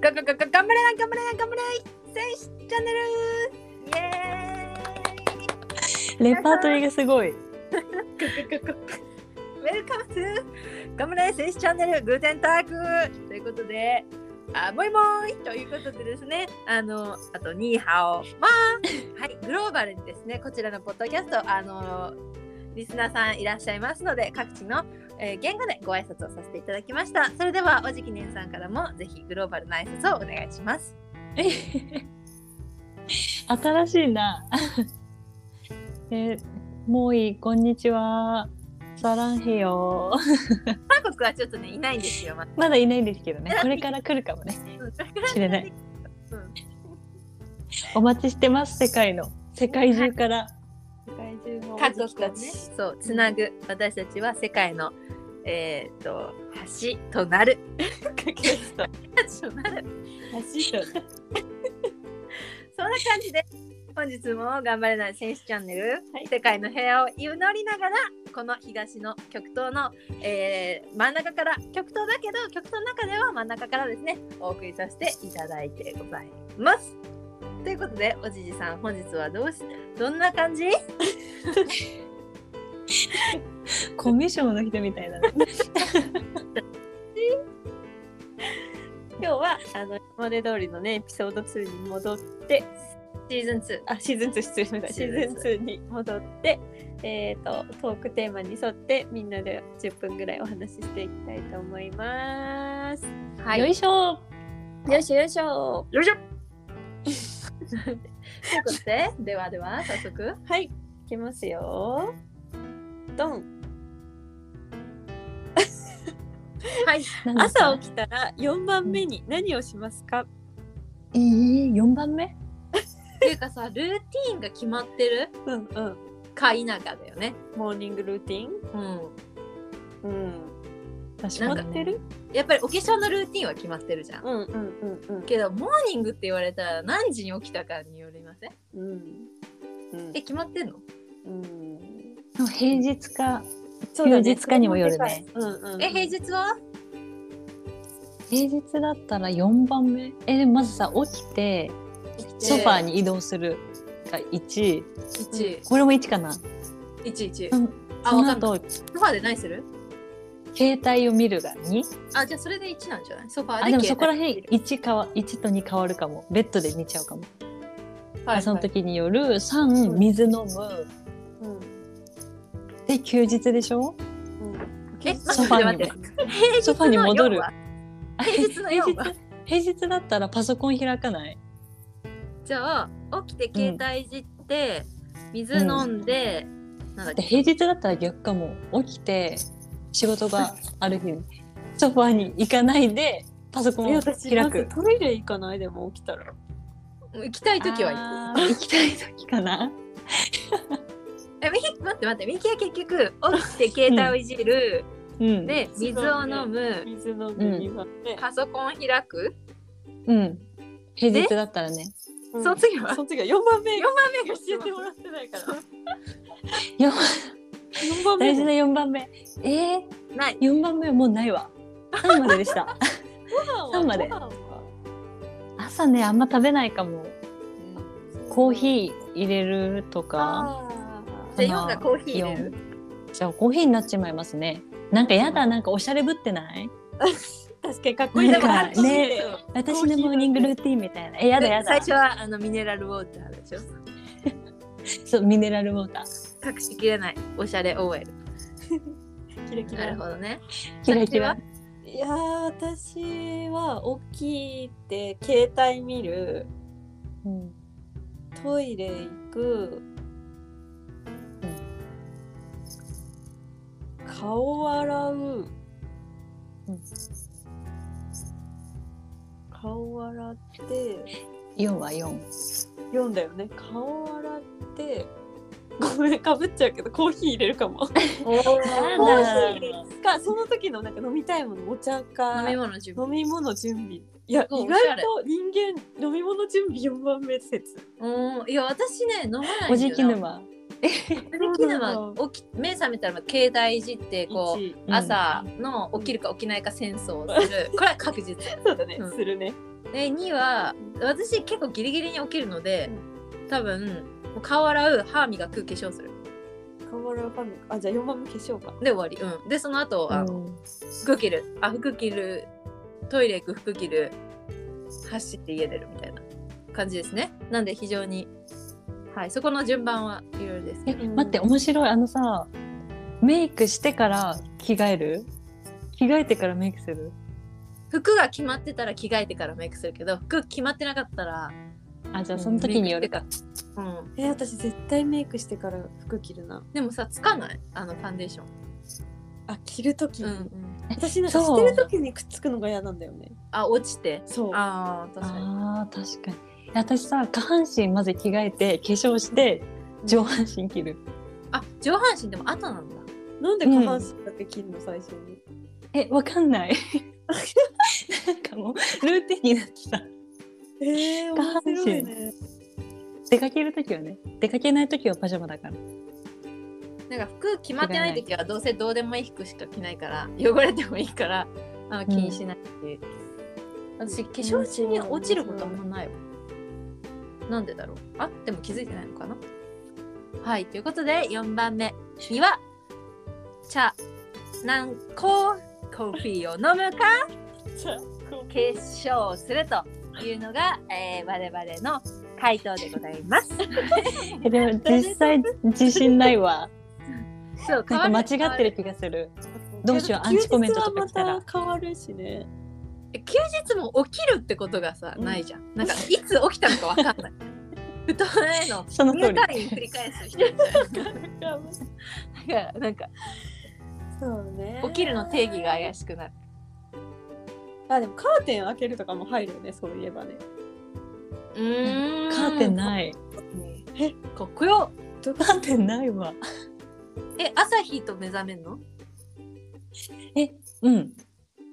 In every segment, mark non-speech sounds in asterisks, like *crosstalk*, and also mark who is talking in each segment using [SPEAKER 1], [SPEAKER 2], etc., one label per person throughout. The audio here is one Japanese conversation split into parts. [SPEAKER 1] がががが頑張れない頑張れない頑張れない選手チャンネルイエーイ
[SPEAKER 2] レパートリーがすごい。
[SPEAKER 1] ウェルカムトゥガムレ選手チャンネルグーテンタークということで、あもいもーいということでですね、あの、あと、ニーハオマーはい、グローバルにですね、こちらのポッドキャスト、あの、リスナーさんいらっしゃいますので、各地の、えー言語でご挨拶をさせていただきました。それでは、おじきねんさんからも、ぜひグローバルな挨拶をお願いします。
[SPEAKER 2] 新しいな。 *laughs* えー、もういい、こんにちは。サランヘヨ。
[SPEAKER 1] 韓国はちょっとね、いないんですよ、まだ。
[SPEAKER 2] *laughs* まだいないんですけど
[SPEAKER 3] *laughs*
[SPEAKER 2] ね。これから来るかもね。知れない。
[SPEAKER 1] うん
[SPEAKER 2] お待ちしてます、世界の。世界中から。世界中の
[SPEAKER 1] 家族たち、そうつなぐ私たちは世界のえっ、と橋とな *laughs* る橋となるそんな感じで本日も頑張れない選手チャンネル、世界の平和を祈りながらこの東の極東の、えー真ん中から極東だけど極東の中では真ん中からですねお送りさせていただいてございます。ということでおじじさん本日はどうしどんな感じ
[SPEAKER 2] *laughs* コミッションの人みたいだね。
[SPEAKER 3] *laughs* 今日はあの今まで通りのねエピソード2に戻って
[SPEAKER 1] シーズン2。
[SPEAKER 3] あシーズン2失礼しました
[SPEAKER 1] シ
[SPEAKER 3] シ
[SPEAKER 1] ーズン2
[SPEAKER 3] ーズン2に戻ってえー、とトークテーマに沿ってみんなで10分ぐらいお話ししていきたいと思います。
[SPEAKER 1] は
[SPEAKER 2] よいしょ。
[SPEAKER 3] よいしょよいしょ
[SPEAKER 1] よいしょ
[SPEAKER 2] *laughs*
[SPEAKER 1] ということで、ではでは早速。
[SPEAKER 3] はいいきますよドン
[SPEAKER 1] はい。
[SPEAKER 2] なんだっけ
[SPEAKER 3] 朝起きたら4番目に何をしますか
[SPEAKER 2] えー、4番目
[SPEAKER 1] っていうかさ、ルーティーンが決まってる
[SPEAKER 3] うんうん
[SPEAKER 1] か否かだよね。
[SPEAKER 3] モーニングルーティン
[SPEAKER 1] うん。
[SPEAKER 3] うん
[SPEAKER 2] 確
[SPEAKER 1] な
[SPEAKER 2] か
[SPEAKER 1] んか
[SPEAKER 2] に。
[SPEAKER 3] てる
[SPEAKER 1] やっぱりお化粧のルーティーンは決まってるじゃん。
[SPEAKER 3] うんうんうん
[SPEAKER 1] けど、モーニングって言われたら何時に起きたかによりません
[SPEAKER 3] うんうん
[SPEAKER 1] え、決まってんの
[SPEAKER 3] うん
[SPEAKER 2] でも平日か。
[SPEAKER 3] そうだね
[SPEAKER 2] 休日かにもよるね。
[SPEAKER 3] それもでかいうんうん、
[SPEAKER 1] え、平日は
[SPEAKER 2] 平日だったら4番目。え、でもまずさ、起きて、ソファーに移動するが1。
[SPEAKER 1] ?1、
[SPEAKER 2] これも1かな。
[SPEAKER 1] 1、1
[SPEAKER 2] うん。
[SPEAKER 1] あ、
[SPEAKER 2] そ
[SPEAKER 1] わ
[SPEAKER 2] の
[SPEAKER 1] かんない。
[SPEAKER 2] 後、
[SPEAKER 1] ソファーで何する
[SPEAKER 2] 携帯を見るが2。
[SPEAKER 1] あ、じゃあそれで1なんじゃないソファーで
[SPEAKER 2] あ、でもそこら
[SPEAKER 1] 携帯
[SPEAKER 2] 辺1かわ、1と2変わるかも。ベッドで見ちゃうかも。
[SPEAKER 1] はいはい
[SPEAKER 2] その時による3、水飲む。
[SPEAKER 3] うん
[SPEAKER 2] で、休日でしょ
[SPEAKER 1] え、
[SPEAKER 3] え
[SPEAKER 1] 待って待って待って。平日
[SPEAKER 2] ソファーに戻
[SPEAKER 1] の
[SPEAKER 2] る
[SPEAKER 1] 4は平日の4は
[SPEAKER 2] 平日だったらパソコン開かない
[SPEAKER 1] じゃあ起きて携帯いじって、水飲んで、なんだっけ
[SPEAKER 2] で平日だったら逆かも起きて仕事がある日にソファーに行かないでパソコンを
[SPEAKER 3] 私
[SPEAKER 2] 開く
[SPEAKER 3] トイレ行かないでも起きたら
[SPEAKER 1] 行きたい時はいい
[SPEAKER 2] あー行きたい時かな
[SPEAKER 1] *laughs* えみ待って待ってミキは結局起きて携帯をいじる、
[SPEAKER 2] うん
[SPEAKER 1] で水を飲む
[SPEAKER 3] 水飲む
[SPEAKER 2] うん
[SPEAKER 3] にはね、
[SPEAKER 1] パソコン開く、
[SPEAKER 2] うん平日だったらね
[SPEAKER 1] その次は
[SPEAKER 3] その次は4番目
[SPEAKER 1] 4
[SPEAKER 3] が
[SPEAKER 1] 番目が
[SPEAKER 3] 教えてもらってないから
[SPEAKER 2] よ
[SPEAKER 3] 4番
[SPEAKER 2] 大
[SPEAKER 3] 目
[SPEAKER 2] 事な4番目えー、
[SPEAKER 1] ない
[SPEAKER 2] 4番目はもうないわ3まででした
[SPEAKER 3] ご
[SPEAKER 2] 三
[SPEAKER 3] 飯
[SPEAKER 2] まで
[SPEAKER 3] ご飯は
[SPEAKER 2] *laughs* 朝ねあんま食べないかもコーヒー入れるとか
[SPEAKER 3] あー
[SPEAKER 1] じゃあ4がコーヒー入れる
[SPEAKER 2] じゃあコーヒーになっちまいますねなんかやだなんかおしゃれぶってない
[SPEAKER 3] 確かにかっこいい
[SPEAKER 2] な
[SPEAKER 3] で
[SPEAKER 2] ん
[SPEAKER 3] も
[SPEAKER 2] か
[SPEAKER 3] かっこいい
[SPEAKER 2] ね
[SPEAKER 3] よ
[SPEAKER 2] 私のモーニングルーティンみたいなえやだ
[SPEAKER 1] で
[SPEAKER 2] やだ
[SPEAKER 1] 最初はあのミネラルウォーターでしょ
[SPEAKER 2] そうミネラルウォーター
[SPEAKER 1] 隠しきれないおしゃれ OL
[SPEAKER 3] キラキ
[SPEAKER 1] なる
[SPEAKER 3] ラ
[SPEAKER 1] ほどね
[SPEAKER 2] キラキラ
[SPEAKER 3] いやー私は起きて携帯見る
[SPEAKER 2] うん
[SPEAKER 3] トイレ行く、顔洗う、
[SPEAKER 2] うん
[SPEAKER 3] 顔洗って
[SPEAKER 2] 4は4
[SPEAKER 3] 読んだよね顔洗ってごめんかぶっちゃうけどコーヒー入れるかも
[SPEAKER 1] お
[SPEAKER 2] や
[SPEAKER 3] コー
[SPEAKER 2] だ
[SPEAKER 3] ヒー入れるかその時のなんか飲みたいものお茶か
[SPEAKER 1] 飲み物準備
[SPEAKER 3] 飲み物準備いや
[SPEAKER 1] そう
[SPEAKER 3] 意
[SPEAKER 1] おしゃ
[SPEAKER 3] 外
[SPEAKER 1] れ
[SPEAKER 3] と人間飲み物準備4番目説
[SPEAKER 1] うんいや私ね飲まない
[SPEAKER 2] お
[SPEAKER 1] んだ
[SPEAKER 2] じ
[SPEAKER 1] よ
[SPEAKER 2] き沼
[SPEAKER 1] できれば起き目覚めたら携帯いじってこう
[SPEAKER 3] 一
[SPEAKER 2] う
[SPEAKER 1] *laughs*
[SPEAKER 2] ん
[SPEAKER 1] 朝の起きるか起きないか戦争をする、これは確実、
[SPEAKER 3] そうだね、
[SPEAKER 1] うん
[SPEAKER 3] するね。
[SPEAKER 1] で2は私結構ギリギリに起きるので、多分もう顔洗う歯磨く化粧する
[SPEAKER 3] 顔洗うファミあじゃあ4番目化粧か
[SPEAKER 1] で終わり、うん、でその後あの
[SPEAKER 2] ん
[SPEAKER 1] 服着るあ服着るトイレ行く服着る走って家出るみたいな感じですねなんで非常にはいそこの順番はいろいろですけ
[SPEAKER 2] え
[SPEAKER 1] ど
[SPEAKER 2] 待って面白いあのさメイクしてから着替える着替えてからメイクする
[SPEAKER 1] 服が決まってたら着替えてからメイクするけど服決まってなかったら
[SPEAKER 2] あじゃあその時によるか
[SPEAKER 1] うん
[SPEAKER 3] え私絶対メイクしてから服着るな
[SPEAKER 1] でもさつかないあのファンデーション
[SPEAKER 3] あ着る時に、
[SPEAKER 1] うん
[SPEAKER 3] 私なんか
[SPEAKER 2] そ
[SPEAKER 3] し
[SPEAKER 2] う
[SPEAKER 3] てる時にくっつくのが嫌なんだよね
[SPEAKER 1] あ落ちて
[SPEAKER 3] そう
[SPEAKER 1] ああ確かに
[SPEAKER 2] あー確かに私さ下半身まず着替えて化粧して上半身着る
[SPEAKER 1] あ上半身でも後なんだ
[SPEAKER 3] なんで下半身だけ着るの最初に、
[SPEAKER 2] えわかんないなんかもうルーティンになってた
[SPEAKER 3] えー、面白いね
[SPEAKER 2] 出かける時はね出かけない時はパジャマだから
[SPEAKER 1] なんか服決まってない時はどうせどうでもいい服しか着ないから汚れてもいいからあの気にしないし、私化粧中に落ちることあんまないわなんでだろうあっても気づいてないのかなはいということで4番目には茶何個コーヒーを飲むか化粧するというのが、えー我々の回答でございます。
[SPEAKER 2] えでも実際自信ないわ
[SPEAKER 1] そう
[SPEAKER 2] なんか間違ってる気がするどうしようアンチコメントとか来たら
[SPEAKER 3] 休日はまた変わるしね
[SPEAKER 1] 休日も起きるってことがさ、
[SPEAKER 3] うん
[SPEAKER 1] ないじゃんなんかいつ起きたのかわかんない布団への
[SPEAKER 2] その
[SPEAKER 1] 入
[SPEAKER 2] 通り
[SPEAKER 1] 退院繰り返す人みたいなだからなんか
[SPEAKER 3] そうね
[SPEAKER 1] 起きるの定義が怪しくなる
[SPEAKER 3] あでもカーテン開けるとかも入るよねそういえばね
[SPEAKER 1] うーん
[SPEAKER 2] カーテンない
[SPEAKER 1] かっこよ
[SPEAKER 2] カーテンないわ
[SPEAKER 1] え朝日と目覚めんの
[SPEAKER 2] うん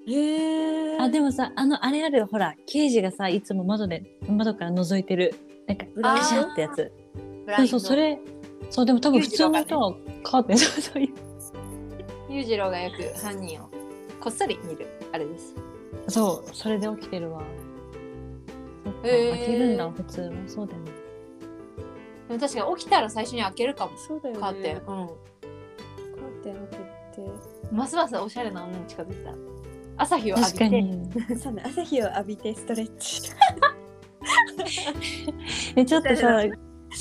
[SPEAKER 3] へえ
[SPEAKER 2] あでもさあのあれあるほら刑事がさいつも窓で窓から覗いてるなんか
[SPEAKER 3] ライ
[SPEAKER 2] ガ
[SPEAKER 3] ト
[SPEAKER 2] シャってやつ
[SPEAKER 1] ブラ
[SPEAKER 2] そ
[SPEAKER 1] インド
[SPEAKER 2] うそうそれそうでも多分普通の人はカーテン *laughs* そうそう
[SPEAKER 1] 裕次郎がよく犯人をこっそり見るあれです
[SPEAKER 2] そうそれで起きてるわそっか
[SPEAKER 1] へー
[SPEAKER 2] 開けるんだ普通はそうだよね
[SPEAKER 1] でも確かに起きたら最初に開けるかも
[SPEAKER 3] そうだよね
[SPEAKER 1] カーテン、
[SPEAKER 3] カーテン開けて
[SPEAKER 1] うんますますおしゃれな女に近づいた朝日を浴び
[SPEAKER 2] 確か
[SPEAKER 1] て
[SPEAKER 2] に
[SPEAKER 3] そうね朝日を浴びてストレッチ。
[SPEAKER 2] えちょっ
[SPEAKER 1] *laughs*
[SPEAKER 2] とさ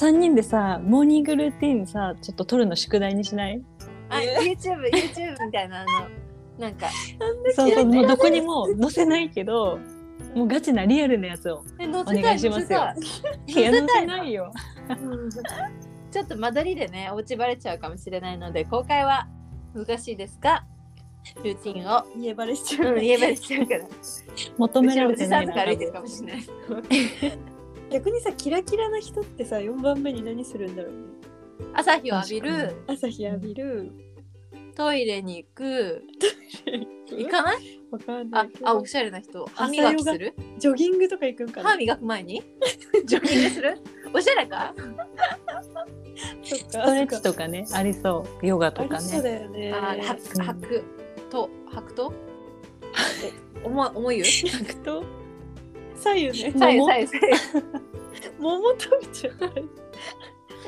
[SPEAKER 2] 3人でさモーニングルーティンさちょっと取るの宿題にしない
[SPEAKER 1] あ YouTube YouTube みたいなあのなんか
[SPEAKER 2] そうそうもうどこにも載せないけどもうガチなリアルなやつを
[SPEAKER 1] え乗
[SPEAKER 2] お願いしますよいや載せないよ
[SPEAKER 1] ちょっと間取りでねお家バレちゃうかもしれないので公開は難しいですがルーティンを、
[SPEAKER 3] 家バレしちゃ
[SPEAKER 1] う
[SPEAKER 3] う。
[SPEAKER 1] ん、言えばれちゃうから
[SPEAKER 2] 求められてない
[SPEAKER 1] な
[SPEAKER 2] な
[SPEAKER 1] か歩いてるかもしれない
[SPEAKER 3] 逆にさキラキラな人ってさ四番目に何するんだろうね。
[SPEAKER 1] 朝日を浴び
[SPEAKER 2] 確か
[SPEAKER 1] る
[SPEAKER 3] 朝日浴びる。
[SPEAKER 1] トイレに行く行
[SPEAKER 3] 行
[SPEAKER 1] かない
[SPEAKER 3] わかんな
[SPEAKER 1] あ
[SPEAKER 3] いけど。
[SPEAKER 1] あおしゃれな人歯磨きする
[SPEAKER 3] ジョギングとか行くんか
[SPEAKER 1] 歯
[SPEAKER 3] な。
[SPEAKER 1] 磨く前に *laughs* ジョギングするおしゃれか
[SPEAKER 3] そっか。ス
[SPEAKER 2] ストレッチとかねありそうヨガとか
[SPEAKER 3] そう
[SPEAKER 2] ね
[SPEAKER 3] だよね。
[SPEAKER 1] あは
[SPEAKER 2] うん
[SPEAKER 1] はくとはくと重い重いよ
[SPEAKER 3] 白と左右ね。
[SPEAKER 1] 左右
[SPEAKER 3] もも
[SPEAKER 1] 左右左右
[SPEAKER 3] 桃食べちゃう。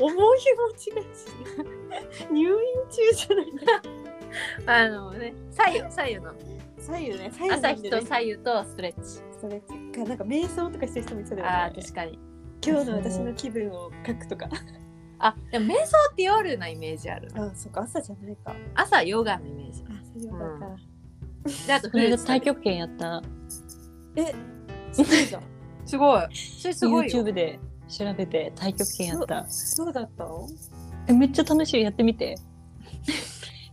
[SPEAKER 3] 重い持ちがち。入院中じゃない。
[SPEAKER 1] あのね左右左右の
[SPEAKER 3] 左右ね。左右
[SPEAKER 1] 朝日と左右とストレッチ
[SPEAKER 3] ストレッチかなんか瞑想とかしてる人もいそうだよね。
[SPEAKER 1] あー確かに
[SPEAKER 3] 今日の私の気分を書くとか。
[SPEAKER 1] あでも瞑想って夜なイメージある
[SPEAKER 3] あ、そっか、朝じゃないか。
[SPEAKER 1] 朝ヨガのイメージ
[SPEAKER 3] あ、そういうことか。
[SPEAKER 1] であとフ
[SPEAKER 2] こ
[SPEAKER 1] ル
[SPEAKER 2] れ
[SPEAKER 1] ー
[SPEAKER 2] が
[SPEAKER 1] ツ
[SPEAKER 2] 太極拳やった
[SPEAKER 3] すごいじゃん。
[SPEAKER 1] すごいそれすごいよ
[SPEAKER 2] YouTube で調べて太極拳やった
[SPEAKER 3] そうだったの。
[SPEAKER 2] えめっちゃ楽しいやってみ *laughs* てい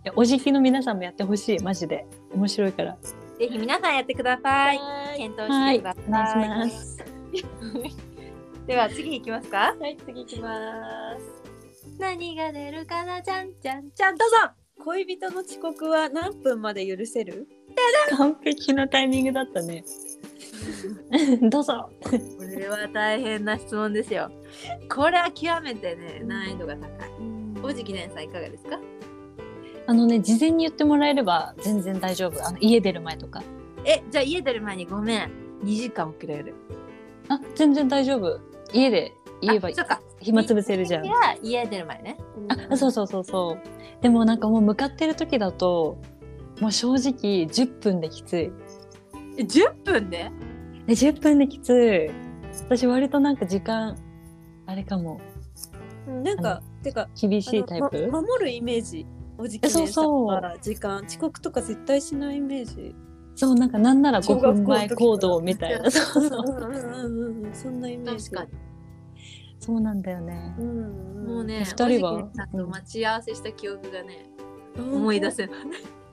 [SPEAKER 2] やおじきの皆さんもやってほしいマジで面白いから
[SPEAKER 1] ぜひ皆さんやってください
[SPEAKER 3] はい。
[SPEAKER 1] 検討してください、
[SPEAKER 2] はいお願いし
[SPEAKER 1] では次いきますか
[SPEAKER 3] はい、次いきます。
[SPEAKER 1] 何が出るかなじゃんじゃんじゃんどうぞ
[SPEAKER 3] 恋人の遅刻は何分まで許せる。
[SPEAKER 2] 完璧なタイミングだったね *laughs* どうぞ
[SPEAKER 1] これは大変な質問ですよこれは極めてね難易度が高いおじきねんさんいかがですか
[SPEAKER 2] あのね事前に言ってもらえれば全然大丈夫あの家出る前とか
[SPEAKER 1] えじゃあ家出る前にごめん2時間遅れる。
[SPEAKER 2] あ、全然大丈夫。家で言えば
[SPEAKER 1] あそうか。
[SPEAKER 2] 暇つぶせるじゃん
[SPEAKER 1] い。や、家出る前ね。
[SPEAKER 2] あ、そうそうそうそう。でもなんかもう向かってる時だと、もう正直10分できつい。
[SPEAKER 1] え10分で
[SPEAKER 2] え、10分できつい。私割となんか時間、あれかも、
[SPEAKER 3] うんなんかてか
[SPEAKER 2] 厳しいタ
[SPEAKER 3] あ
[SPEAKER 2] イ
[SPEAKER 3] の
[SPEAKER 2] プ
[SPEAKER 3] ま守るイメージおじきね
[SPEAKER 2] そうそう
[SPEAKER 3] さんは時間遅刻とか絶対しないイメージ
[SPEAKER 2] そう、なんかなんなら
[SPEAKER 3] 小
[SPEAKER 2] 5
[SPEAKER 3] 学校の
[SPEAKER 2] 分前
[SPEAKER 3] 時
[SPEAKER 2] 行動みた
[SPEAKER 1] *laughs*
[SPEAKER 2] いな。そうそう。
[SPEAKER 3] うんうんうんうんそんなイメージ
[SPEAKER 1] 確かに。
[SPEAKER 2] そうなんだよね。
[SPEAKER 3] うんうん
[SPEAKER 1] もうね、
[SPEAKER 2] 二人は
[SPEAKER 1] おじきねさんと待ち合わせした記憶がね、
[SPEAKER 3] うん
[SPEAKER 1] 思い出せない。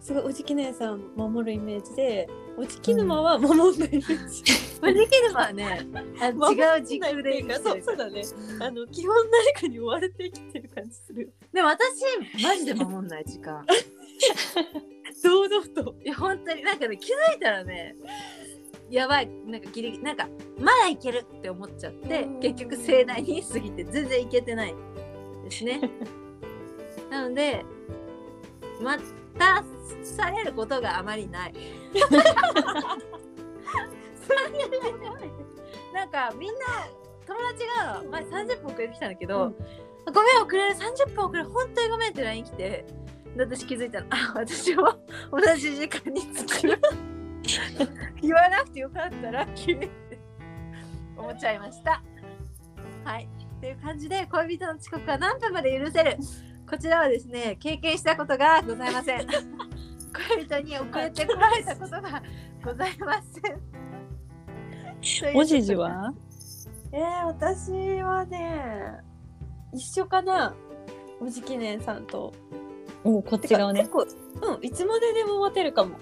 [SPEAKER 3] すごいおじきねさん守るイメージでおじきぬまは守るイメ *laughs* ージ、
[SPEAKER 1] まあ、できればね、
[SPEAKER 3] *laughs*
[SPEAKER 1] あの違う時空で生き
[SPEAKER 3] そ
[SPEAKER 1] て
[SPEAKER 3] う
[SPEAKER 1] る
[SPEAKER 3] そうだねあの基本誰かに追われて生きてる感じする
[SPEAKER 1] でも私、マジで守んない時間。
[SPEAKER 3] *laughs* 堂々と
[SPEAKER 1] いや、本当になんかね、気づいたらね、やばい、なんかギリギリ、なんか、まだいけるって思っちゃって
[SPEAKER 3] うん、
[SPEAKER 1] 結局盛大に過ぎて全然いけてないですね。
[SPEAKER 3] *laughs*
[SPEAKER 1] なので、待たされることがあまり
[SPEAKER 3] *laughs*
[SPEAKER 1] ない。なんかみんな友達が前30分遅れてきたんだけど、ごめん遅れる30分遅れる本当にごめんって LINE 来てで私気づいたらあ私も同じ時間に着く言わなくてよかったラッキーって思っちゃいましたはいっていう感じで恋人の遅刻は何分まで許せるこちらはですね経験したことがございません *laughs* 恋人に遅れてこられたことがございません
[SPEAKER 2] おじじは
[SPEAKER 3] えー、私はね一緒かなおじきねさんと
[SPEAKER 2] もうこっち側ね
[SPEAKER 3] て。か結構うんいつまででも待てるかも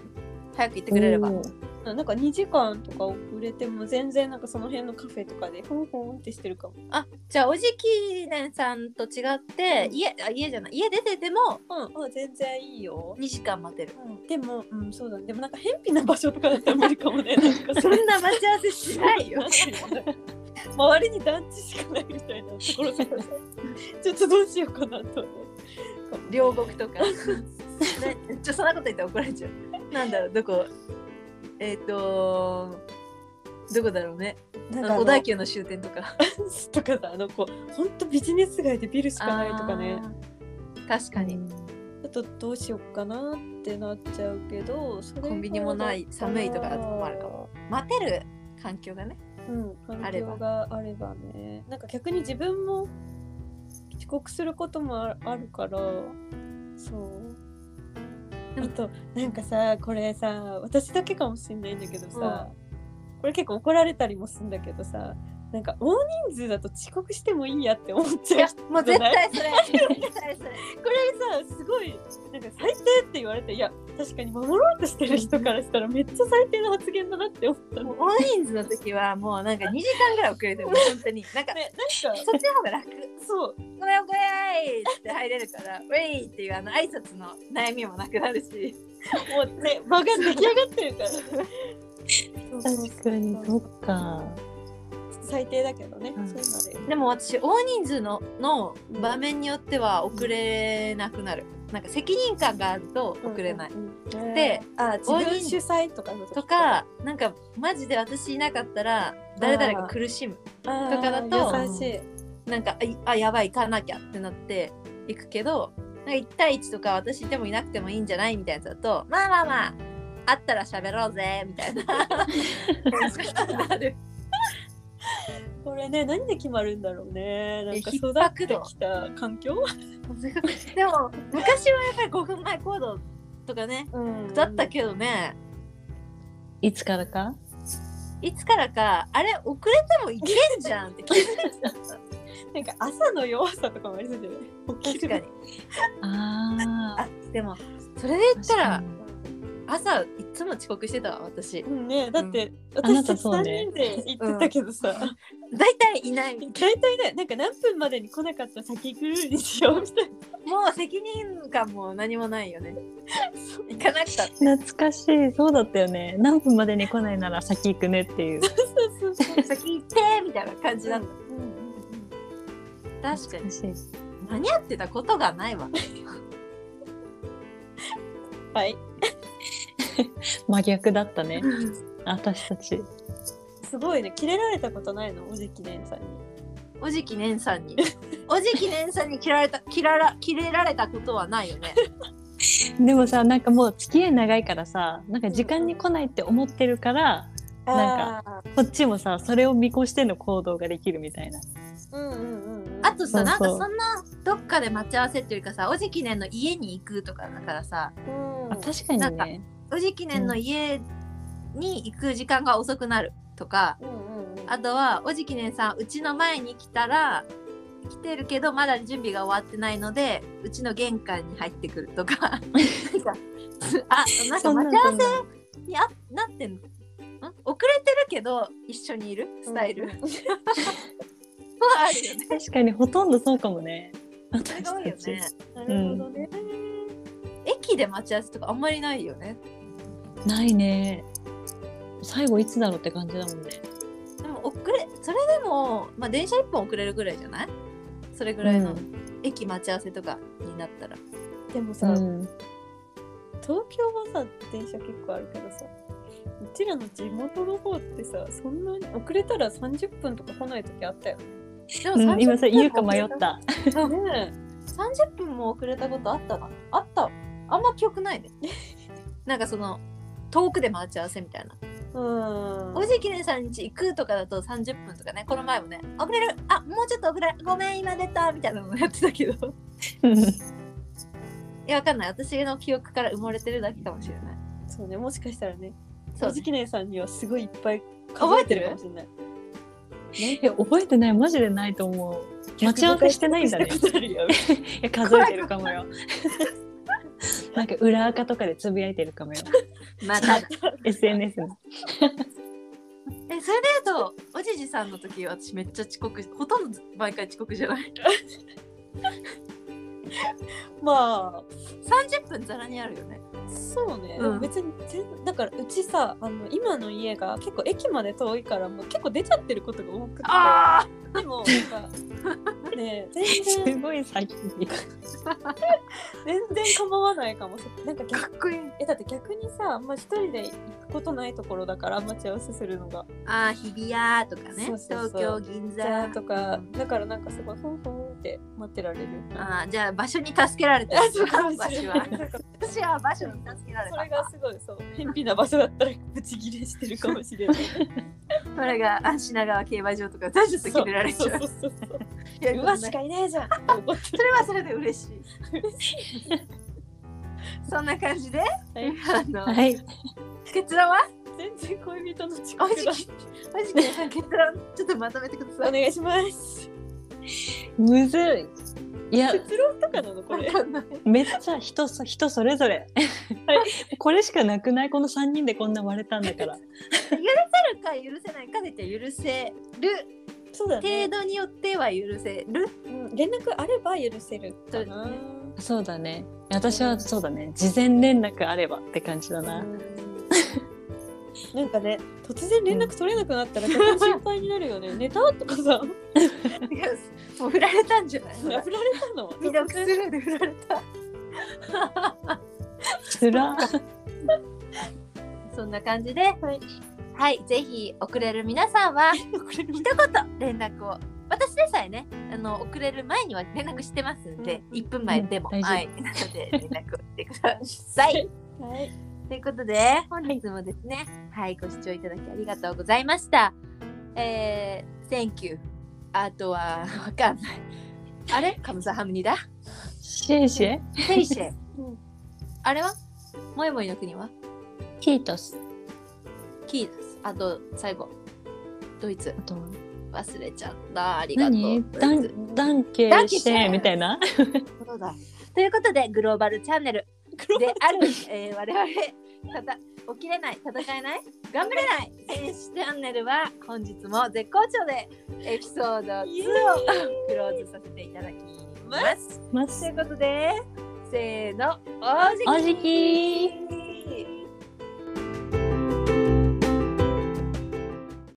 [SPEAKER 1] 早く言ってくれれば
[SPEAKER 2] おー
[SPEAKER 3] うんなんか2時間とか遅れても全然なんかその辺のカフェとかでふんふんってしてるかも
[SPEAKER 1] あじゃあおじきねんさんと違って家あ家じゃない家出てても
[SPEAKER 3] うんあ全然いいよ、
[SPEAKER 1] 2時間待てる
[SPEAKER 3] うん、でもうんそうだねでもなんか偏僻な場所とかだったら無理かもねなんか
[SPEAKER 1] *laughs* そ
[SPEAKER 3] それ
[SPEAKER 1] んな待ち合わせしないよ
[SPEAKER 3] 周りに団地しかないみたいなところとかさちょっとどうしようかなと思う
[SPEAKER 1] *laughs* 両国と *laughs* かねちょそんなこと言ったら怒られちゃうなんだろうどこえっ、とどこだろうねあ
[SPEAKER 3] なんかあ
[SPEAKER 1] の
[SPEAKER 3] の
[SPEAKER 1] 小田急の終点とか
[SPEAKER 3] とかさあのこう本当ビジネス街でビルしかないとかね
[SPEAKER 1] あー確かに、
[SPEAKER 3] ちょっとどうしようかなってなっちゃうけどそれ以外だったら
[SPEAKER 1] コンビニもない寒いとかだと困るかも待てる環境がね
[SPEAKER 3] うん環境があればねなんか逆に自分も遅刻することもああるからそうあとなんかさこれさ私だけかもしんないんだけどさ、これ結構怒られたりもするんだけどさなんか大人数だと遅刻してもいいやって思っ
[SPEAKER 1] い
[SPEAKER 3] ちゃ
[SPEAKER 1] や
[SPEAKER 3] う
[SPEAKER 1] もう絶対それ絶対それ
[SPEAKER 3] これさすごいなんか最低って言われていや確かに守ろうとしてる人からしたらめっちゃ最低な発言だなって思ったの。
[SPEAKER 1] もう大人数の時はもうなんか2時間ぐらい遅れても本当になんか
[SPEAKER 3] ね、なんか
[SPEAKER 1] そっちの方が楽
[SPEAKER 3] そ
[SPEAKER 1] 「
[SPEAKER 3] う
[SPEAKER 1] ごめんごめん!」って入れるから「ウェイ!」っていうあの挨拶の悩みもなくなるし
[SPEAKER 3] もうね場が出来上がってるから
[SPEAKER 2] 確かに、そっか。
[SPEAKER 3] 最低だけどね、
[SPEAKER 2] うん
[SPEAKER 3] そういうので
[SPEAKER 1] でも私大人数のの場面によっては遅れなくなるなんか責任感があると遅れない、
[SPEAKER 3] うんうんうん
[SPEAKER 1] で
[SPEAKER 3] あ自分主催とかの時
[SPEAKER 1] とかなんかマジで私いなかったら誰々が苦しむ
[SPEAKER 3] とか
[SPEAKER 1] とかだと
[SPEAKER 3] 優しい
[SPEAKER 1] なんかあいあやばい行かなきゃってなって行くけどなんか1対1とか私いてもいなくてもいいんじゃないみたいなやつだとまあまあまあ会ったら喋ろうぜみたいな *laughs* なる
[SPEAKER 3] これね何で決まるんだろうねなんか
[SPEAKER 1] え
[SPEAKER 3] 育
[SPEAKER 1] 逼迫
[SPEAKER 3] って
[SPEAKER 1] 度
[SPEAKER 3] きた環境、
[SPEAKER 1] *laughs* でも昔はやっぱり5分前行動とかねだったけどね
[SPEAKER 2] いつからか
[SPEAKER 1] いつからかあれ遅れてもいけんじゃんって気づい
[SPEAKER 3] なんか朝の弱さとかもありそうじゃない起き
[SPEAKER 1] 確か
[SPEAKER 3] る
[SPEAKER 1] に
[SPEAKER 2] ああ。
[SPEAKER 1] あでもそれで言ったら
[SPEAKER 2] 確かに
[SPEAKER 1] 朝いつも遅刻してたわ私
[SPEAKER 3] うんねだって、
[SPEAKER 2] あな
[SPEAKER 3] 私
[SPEAKER 2] た
[SPEAKER 3] たち
[SPEAKER 2] そう
[SPEAKER 3] 3
[SPEAKER 2] ね
[SPEAKER 3] 人で行ってたけどさ、
[SPEAKER 1] 大体いないも
[SPEAKER 3] 大体ねなんか何分までに来なかったら先来るにしようみたいな
[SPEAKER 1] う責任感も何もないよね行かなくたって
[SPEAKER 2] 懐かしいそうだったよね何分までに来ないなら先行くねっていう
[SPEAKER 3] そうそうそう
[SPEAKER 1] 先行ってみたいな感じだっ
[SPEAKER 3] うんうんうんうん
[SPEAKER 1] た、確かに
[SPEAKER 2] 懐しい
[SPEAKER 1] 間に合ってたことがないわ
[SPEAKER 3] はい。
[SPEAKER 2] 真逆だったね私たち
[SPEAKER 3] すごいねキレられたことないのおじきねんさんに
[SPEAKER 1] おじきねんさんにおじきねんさんに切られた切らら切れられたことはないよね
[SPEAKER 2] でもさなんかもう付き合い長いからさなんか時間に来ないって思ってるからなん
[SPEAKER 3] か
[SPEAKER 2] こっちもさそれを見越しての行動ができるみたいな
[SPEAKER 3] うんうんうん
[SPEAKER 1] あとさなんか
[SPEAKER 2] そう
[SPEAKER 1] そ
[SPEAKER 2] そ
[SPEAKER 1] んなどっかで待ち合わせっていうかさおじきねんの家に行くとかだからさ
[SPEAKER 3] うん
[SPEAKER 2] あ確かに
[SPEAKER 1] なんか
[SPEAKER 2] ね
[SPEAKER 1] おじきねんの家に行く時間が遅くなるとか
[SPEAKER 3] うんうんうん
[SPEAKER 1] あとはおじきねんさんうちの前に来たら来てるけどまだ準備が終わってないのでうちの玄関に入ってくると
[SPEAKER 3] *laughs*
[SPEAKER 1] かなんかあなんか
[SPEAKER 2] そんな
[SPEAKER 1] 待ち
[SPEAKER 2] ん
[SPEAKER 1] 合わ
[SPEAKER 2] そんな
[SPEAKER 1] せにあなってんのん遅れてるけど一緒にいるスタイ *laughs* ル、
[SPEAKER 3] うんうん
[SPEAKER 1] はあるよね
[SPEAKER 2] 確かにほとんどそうかもね
[SPEAKER 1] す
[SPEAKER 2] 私
[SPEAKER 1] ごい
[SPEAKER 2] た
[SPEAKER 1] よ
[SPEAKER 2] ち、
[SPEAKER 1] ね
[SPEAKER 3] なるほどね、
[SPEAKER 1] 駅で待ち合わせとかあんまりないよね
[SPEAKER 2] ないね最後いつだろうって感じだもんね
[SPEAKER 1] でも遅れそれでも、まあ、電車1本遅れるぐらいじゃないそれぐらいの駅待ち合わせとかになったら、
[SPEAKER 3] でもさ、
[SPEAKER 2] うん
[SPEAKER 3] 東京はさ電車結構あるけどさうちらの地元の方ってさそんなに遅れたら30分とか来ない時あったよね
[SPEAKER 1] でも
[SPEAKER 2] うん、今さ言うか
[SPEAKER 1] も
[SPEAKER 2] 迷った
[SPEAKER 3] ね
[SPEAKER 1] 30分も遅れたことあったかなあったあんま記憶ないね *laughs* なんかその遠くで待ち合わせみたいな、
[SPEAKER 3] うん
[SPEAKER 1] おじきねさんち行くとかだと30分とかねこの前もね遅れるあもうちょっと遅れごめん今出たみたいなのやってたけどいやわかんない私の記憶から埋もれてるだけかもしれない
[SPEAKER 3] そうねもしかしたらね
[SPEAKER 1] そ
[SPEAKER 3] お
[SPEAKER 1] う
[SPEAKER 3] じ
[SPEAKER 1] ね
[SPEAKER 3] きねさんにはすごいいっぱい
[SPEAKER 1] 覚えてる
[SPEAKER 3] かもしれない
[SPEAKER 2] *laughs* え覚えてないマジでないと思う待ち合わせしてないんだね
[SPEAKER 3] 150回してるよ
[SPEAKER 2] *laughs* いや数えてるかもよ *laughs* なんか裏垢とかでつぶやいてるかも *laughs* よ
[SPEAKER 1] また
[SPEAKER 2] SNS *laughs* の
[SPEAKER 1] えそれで言うとおじじさんの時私めっちゃ遅刻ほとんど毎回遅刻じゃない *laughs*
[SPEAKER 3] まあ
[SPEAKER 1] 30分ざらにあるよね
[SPEAKER 3] そうね、
[SPEAKER 1] うん
[SPEAKER 3] 別に全然だからうちさあの今の家が結構駅まで遠いからもう結構出ちゃってることが多くて
[SPEAKER 1] あ
[SPEAKER 3] でもなん
[SPEAKER 1] *laughs*
[SPEAKER 3] かね全
[SPEAKER 2] す
[SPEAKER 3] 然
[SPEAKER 2] ごい先に
[SPEAKER 3] 全然構わないかもしれないなんか
[SPEAKER 1] あか
[SPEAKER 3] 逆
[SPEAKER 1] っこいい
[SPEAKER 3] えだって逆にさあんま一人で行くことないところだから待ち合わせするのが
[SPEAKER 1] あー日比谷とかね
[SPEAKER 3] そうそうそう
[SPEAKER 1] 東京銀
[SPEAKER 3] じゃあ
[SPEAKER 1] 座
[SPEAKER 3] とかだからなんかすごいふんふんって待ってられる
[SPEAKER 1] あーじゃあ場所に助けられた
[SPEAKER 3] あ *laughs* そうかもし
[SPEAKER 1] 私
[SPEAKER 3] れない
[SPEAKER 1] は私は場所に助けられ
[SPEAKER 3] そ
[SPEAKER 1] た
[SPEAKER 3] れがすごいそう偏僻な場所だったらブチギレしてるかもしれない
[SPEAKER 1] *laughs* それがあ品川競馬場とか私ちょっと決められちゃう
[SPEAKER 3] そうそう
[SPEAKER 1] *laughs*
[SPEAKER 3] そうそう
[SPEAKER 1] いや
[SPEAKER 3] う
[SPEAKER 1] ごめ
[SPEAKER 3] わ
[SPEAKER 1] ん
[SPEAKER 3] し
[SPEAKER 1] そ
[SPEAKER 3] かいないじゃん
[SPEAKER 1] れはそれで嬉しいそんな感じで、
[SPEAKER 3] い
[SPEAKER 1] あの、
[SPEAKER 2] はい
[SPEAKER 1] 結論は
[SPEAKER 3] 全然恋人の遅
[SPEAKER 1] お
[SPEAKER 3] 刻
[SPEAKER 1] じ
[SPEAKER 3] だ
[SPEAKER 1] きおじきさん結論ちょっとまとめてください
[SPEAKER 3] お願いします
[SPEAKER 2] むずいいや
[SPEAKER 3] 結論とかなのこれ
[SPEAKER 1] わかんない
[SPEAKER 2] めっちゃ人そ人それぞ *laughs* れこれしかなくないこの3人でこんな割れたんだから
[SPEAKER 1] 許せるか許せないかで言って許せる
[SPEAKER 3] そうだ
[SPEAKER 1] 程度によっては許せる
[SPEAKER 3] うん連絡あれば許せる
[SPEAKER 1] そうで
[SPEAKER 3] か
[SPEAKER 1] す
[SPEAKER 3] な
[SPEAKER 1] ね
[SPEAKER 2] そうだね私はそうだね事前連絡あればって感じだな、
[SPEAKER 3] うんなんかね突然連絡取れなくなったら逆に心配になるよね寝たと
[SPEAKER 1] *laughs*
[SPEAKER 3] かさ
[SPEAKER 1] いやもう振られたんじゃない *laughs*
[SPEAKER 3] 振られたの
[SPEAKER 1] 未読スルーで振られた
[SPEAKER 2] つら
[SPEAKER 1] そんな感じではい、ぜひ遅れる皆さん *laughs* は一言連絡を私でさえねあの遅れる前には連絡してますんで、
[SPEAKER 3] うん
[SPEAKER 1] 1分前でも、
[SPEAKER 2] うん大丈夫
[SPEAKER 1] はいなので連絡をしてください
[SPEAKER 3] はい
[SPEAKER 1] ということで本日もですねはい、ご視聴いただきありがとうございましたえー、Thank you あとは *laughs* わかんないあれカムサハムニだ
[SPEAKER 2] シェイシェイ
[SPEAKER 1] セイシェ
[SPEAKER 3] うん
[SPEAKER 1] あれはモイモイの国は
[SPEAKER 2] キートス
[SPEAKER 1] キーですあと最後ドイツ
[SPEAKER 2] あと
[SPEAKER 1] 忘れちゃった。ありがとう。
[SPEAKER 2] 何ダンダンケ
[SPEAKER 1] ダンケ
[SPEAKER 2] シ
[SPEAKER 1] シェ
[SPEAKER 2] ェイみたい *laughs* な
[SPEAKER 1] そうだということで、グローバルチャンネルである、えー、我々たた、起きれない、戦えない、頑張れない選手チャンネルは本日も絶好調でエピソード2を
[SPEAKER 3] イエ
[SPEAKER 1] クローズさせていただきます。
[SPEAKER 2] ま
[SPEAKER 1] と
[SPEAKER 2] す
[SPEAKER 1] いうことで、せーの、おじき
[SPEAKER 2] おじきー